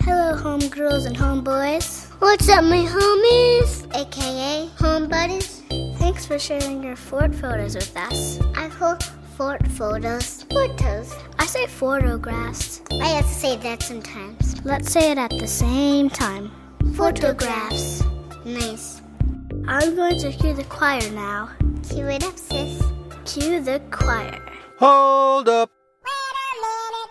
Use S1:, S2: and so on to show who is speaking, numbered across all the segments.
S1: Hello, homegirls and homeboys. What's up, my homies? AKA home buddies. Thanks for sharing your Ford photos with us. I call Ford photos photos. I say photographs. I have to say that sometimes. Let's say it at the same time. Photographs. Nice. I'm going to cue the choir now. Cue it up, sis. Cue the choir.
S2: Hold up.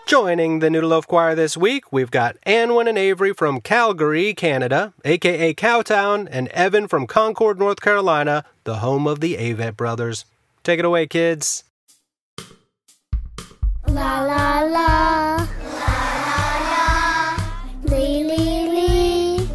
S2: Joining the Noodle Loaf Choir this week, we've got Anwen and Avery from Calgary, Canada, aka Cowtown, and Evan from Concord, North Carolina, the home of the Avett brothers. Take it away, kids.
S1: La la la. La la la. Lee lee lee.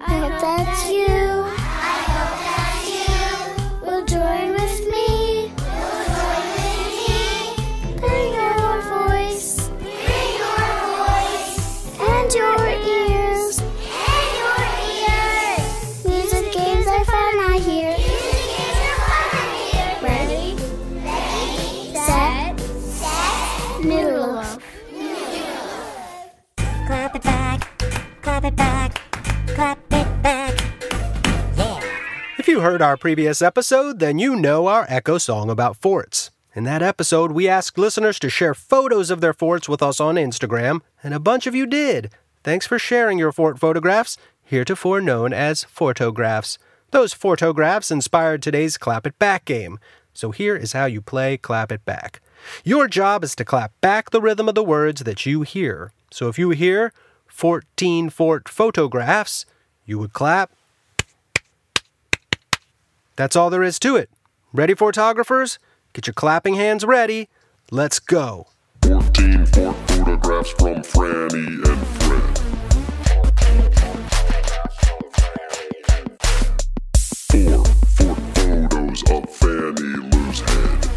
S1: I hope that's you. I hope that's you. Will join with me. Will join with me. Bring your voice. Bring your voice. And your ears. And your ears. Music games are fun, I hear. Music games are fun, I hear. Ready? set, noodle loaf.
S3: Clap it back, clap it back, clap it back.
S2: If you heard our previous episode, then you know our Echo song about forts. In that episode, we asked listeners to share photos of their forts with us on Instagram, and a bunch of you did. Thanks for sharing your fort photographs, heretofore known as photographs. Those photographs inspired today's Clap It Back game. So here is how you play Clap It Back. Your job is to clap back the rhythm of the words that you hear. So if you hear 14 fort photographs, you would clap that's all there is to it. Ready, photographers? Get your clapping hands ready. Let's go.
S4: 14 fort photographs from Franny and Fred. 4 fort photos of Fanny Lou's head.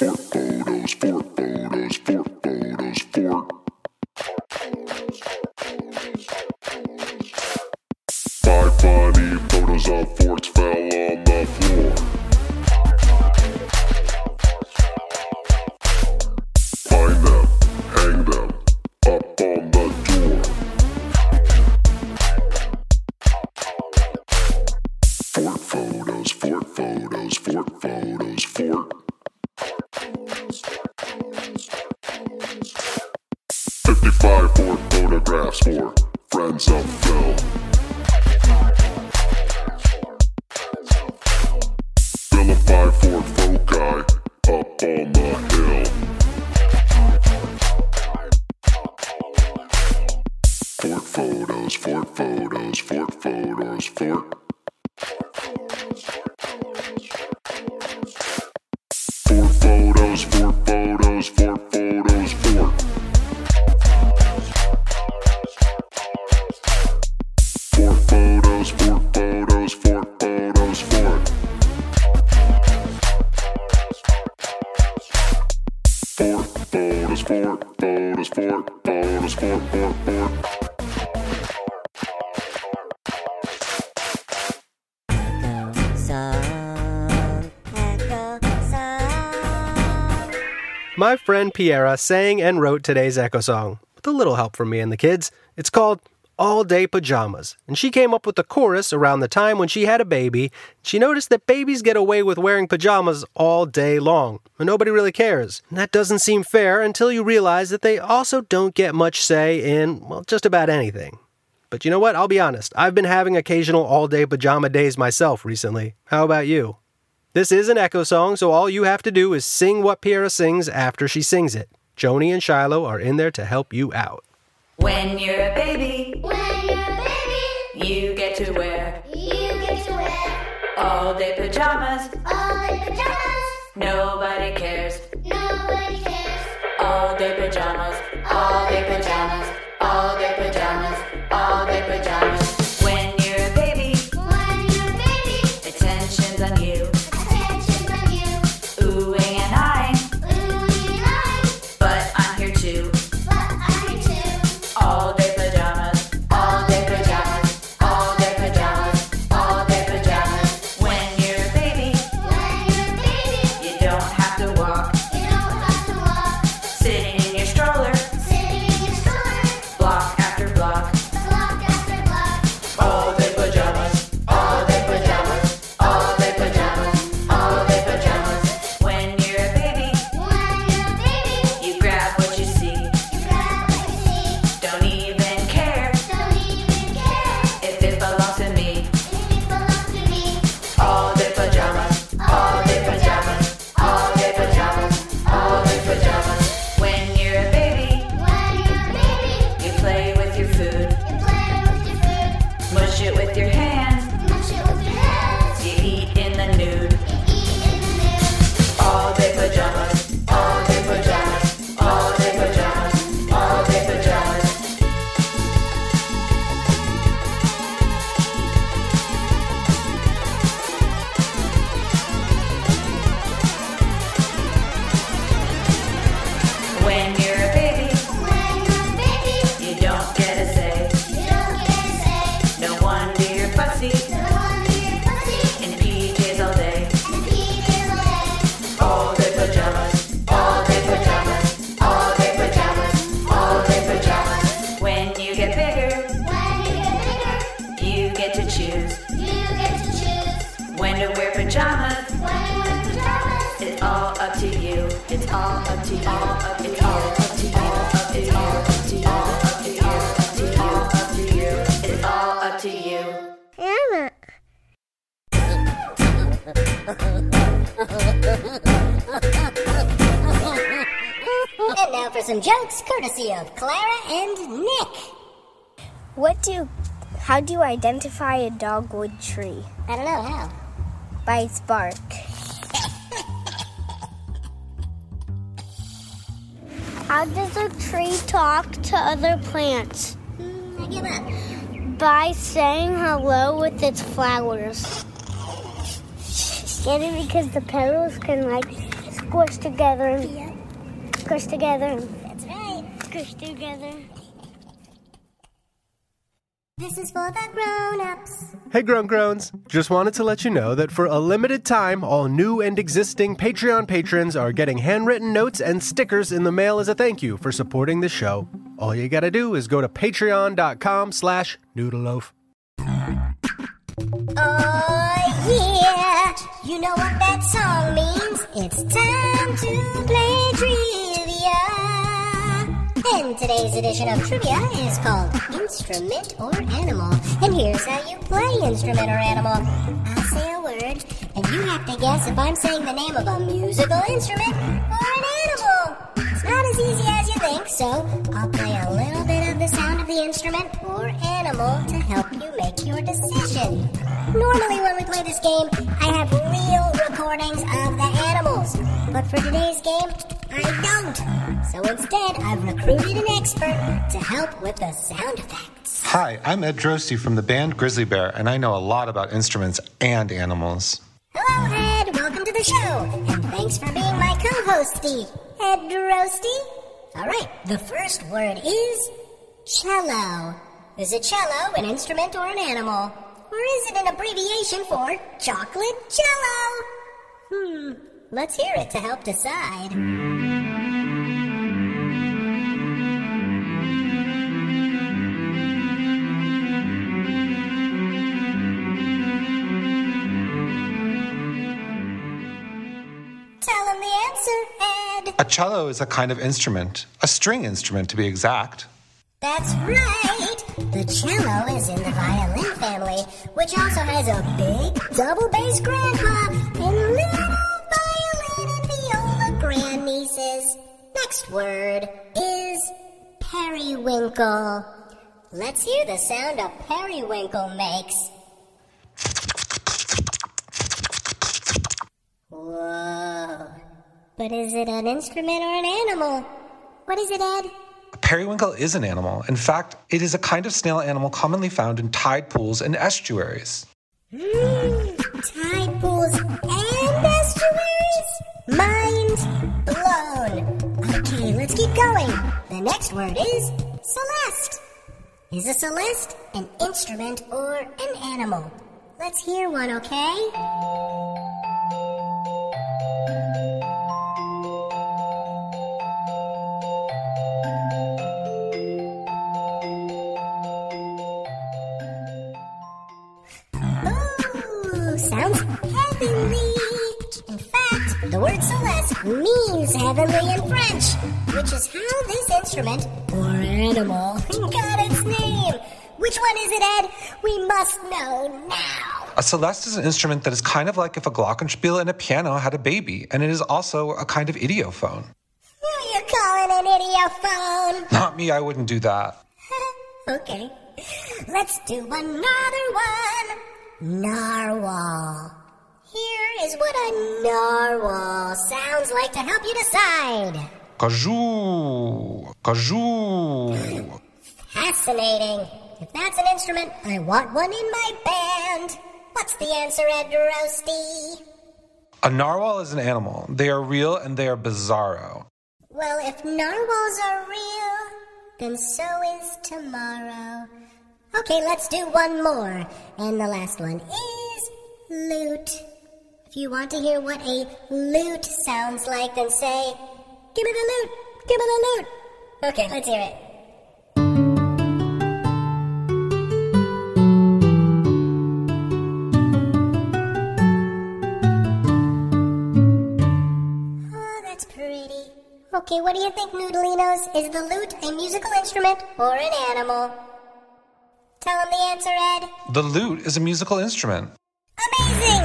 S4: 4 photos, 4 photos, 4 photos, 4. 5 funny photos of forts fell on the floor. Find them, hang them, up on the door. Fort photos, fort photos, fort photos, fort. Fifty-five fort photographs for friends of Phil. Vilify fort foci up on the hill. Fort photos, fort photos, fort photos, fort. Fort photos, fort photos, fort photos, fort. Fort photos, fort photos, fort photos, fort. Fort photos, fort photos, fort photos, fort, fort, fort.
S3: Echo song, echo song.
S2: My friend Piera sang and wrote today's Echo song, with a little help from me and the kids. It's called All Day Pajamas, and she came up with the chorus around the time when she had a baby. She noticed that babies get away with wearing pajamas all day long, and nobody really cares. And that doesn't seem fair until you realize that they also don't get much say in, well, just about anything. But you know what? I'll be honest. I've been having occasional all day pajama days myself recently. How about you? This is an echo song, so all you have to do is sing what Piera sings after she sings it. Joni and Shiloh are in there to help you out.
S5: When you're a baby,
S1: When you're a baby,
S5: you get to wear
S1: you get to wear
S5: all day pajamas.
S1: all the pajamas.
S5: Nobody cares.
S6: Nobody cares.
S5: All day pajamas. All day pajamas. All day pajamas. All day pajamas. When you're a baby,
S6: When you're a baby,
S5: attention's on you.
S6: attention's on you.
S5: Oohing and eyeing,
S6: Ooh, you like,
S5: but I'm here too.
S6: but I'm here too.
S5: All day pajamas. All day pajamas. All day pajamas. All day pajamas. When you're a baby,
S6: When you're a baby,
S5: you don't have to walk.
S6: you don't have to walk.
S5: Sitting in your stroller,
S6: Sitting in your stroller,
S5: block after block.
S6: block after block.
S5: All day pajamas. All day pajamas. All day pajamas. All day pajamas. When you're a baby,
S6: When you're a baby,
S5: you grab what you see.
S6: you grab what you see.
S5: Don't even care
S6: Don't even care
S5: if it belongs to me.
S6: if it belongs to me.
S5: All day pajamas. All day pajamas. All day pajamas. All day pajamas. When you're a baby,
S6: When you're a baby,
S5: you play with your food,
S6: you play with your food,
S5: mush it with your hands,
S6: mush it with your hands,
S5: you eat in the nude.
S6: you eat in the nude.
S5: All day pajamas. All day pajamas. All day pajamas. All day pajamas. When you're a baby,
S6: When you're a baby,
S5: you don't get a say.
S6: you don't get to say.
S5: No wonder you're fussy
S6: No wonder you're fuzzy
S5: in PJs all day.
S6: and peaches all day.
S5: All day pajamas. All day pajamas. All day pajamas. All day pajamas. When you get bigger,
S6: When you get bigger,
S5: you get to choose
S6: you get to choose.
S5: when to wear pajamas.
S6: When you wear pajamas,
S5: It's all up to you. It's all up to you. All up to you. All up to you. It's all up to you. All up to you. Up to you. Up to you. It's all up to you.
S1: And now for some jokes courtesy of Clara and Nick.
S7: What do how do you identify a dogwood tree?
S1: I don't know how.
S7: By its bark.
S6: How does a tree talk to other plants?
S1: Mm, I give up.
S6: By saying hello with its flowers. Get it because the petals can like squish together and
S1: Yep,
S6: squish together and
S1: that's right.
S6: squish together.
S1: This is for the grown-ups.
S2: Hey, Grown Groans! Just wanted to let you know that for a limited time, all new and existing Patreon patrons are getting handwritten notes and stickers in the mail as a thank you for supporting the show. All you gotta do is go to patreon.com slash noodleloaf.
S1: Oh yeah, you know what that song means. It's time to play trivia. And today's edition of trivia is called Instrument or Animal. And here's how you play Instrument or Animal. I say a word, and you have to guess if I'm saying the name of a musical instrument or an animal. It's not as easy as you think, so I'll play a little bit of the sound of the instrument or animal to help you make your decision. Normally, when we play this game, I have real recordings of the animals, but for today's game, I don't. So instead, I've recruited an expert to help with the sound effects.
S8: Hi, I'm Ed Drosty from the band Grizzly Bear, and I know a lot about instruments and animals.
S1: Hello, Ed. Welcome to the show, and thanks for being my co-hosty, Ed Roasty. All right, the first word is cello. Is a cello an instrument or an animal, or is it an abbreviation for chocolate cello? Hmm. Let's hear it to help decide. Tell him the answer, Ed.
S8: A cello is a kind of instrument, a string instrument to be exact.
S1: That's right. The cello is in the violin family, which also has a big double bass grandpa and little violin and viola grandnieces. Next word is periwinkle. Let's hear the sound a periwinkle makes. Whoa. But is it an instrument or an animal? What is it, Ed?
S8: A periwinkle is an animal. In fact, it is a kind of snail animal commonly found in tide pools and estuaries.
S1: Mm. Tide pools and estuaries? Mind blown. Okay, let's keep going. The next word is celeste. Is a celeste an instrument or an animal? Let's hear one, okay? Ooh, Oh, sounds heavenly. In fact, the word celeste means heavenly in French, which is how this instrument or animal got its name. Which one is it, Ed? We must know now.
S8: A celeste is an instrument that is kind of like if a glockenspiel and a piano had a baby, and it is also a kind of idiophone.
S1: Who you calling an idiophone?
S8: Not me, I wouldn't do that.
S1: okay. Let's do another one. Narwhal. Here is what a narwhal sounds like to help you decide.
S8: Kazoo! Kazoo!
S1: Fascinating. If that's an instrument, I want one in my band. What's the answer, Ed Roasty?
S8: A narwhal is an animal. They are real and they are bizarro.
S1: Well, if narwhals are real, then so is tomorrow. Okay, let's do one more. And the last one is lute. If you want to hear what a lute sounds like, then say, Give me the lute! Give me the lute! Okay, let's hear it. Oh, that's pretty. Okay, what do you think, Noodleinos? Is the lute a musical instrument or an animal? Tell him the answer, Ed.
S8: The lute is a musical instrument.
S1: Amazing!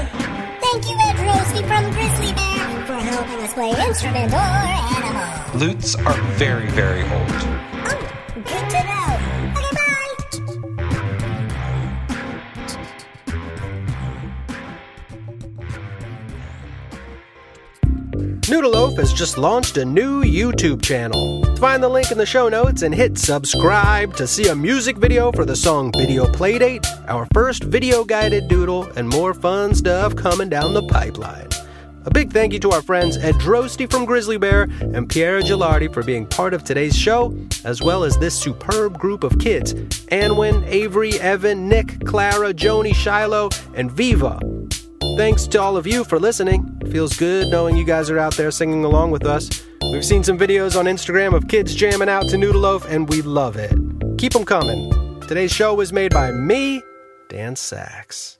S1: Thank you, Ed Roasty from Grizzly Bear, for helping us play instrument or animal.
S8: Lutes are very, very old.
S1: Oh, good to know. Okay, bye.
S2: Noodleloaf has just launched a new YouTube channel. Find the link in the show notes and hit subscribe to see a music video for the song Video Playdate, our first video guided doodle, and more fun stuff coming down the pipeline. A big thank you to our friends Ed Drosty from Grizzly Bear and Piera Gilardi for being part of today's show, as well as this superb group of kids Anwen, Avery, Evan, Nick, Clara, Joni, Shiloh, and Viva. Thanks to all of you for listening. It feels good knowing you guys are out there singing along with us. We've seen some videos on Instagram of kids jamming out to Noodle Loaf, and we love it. Keep them coming. Today's show was made by me, Dan Sachs.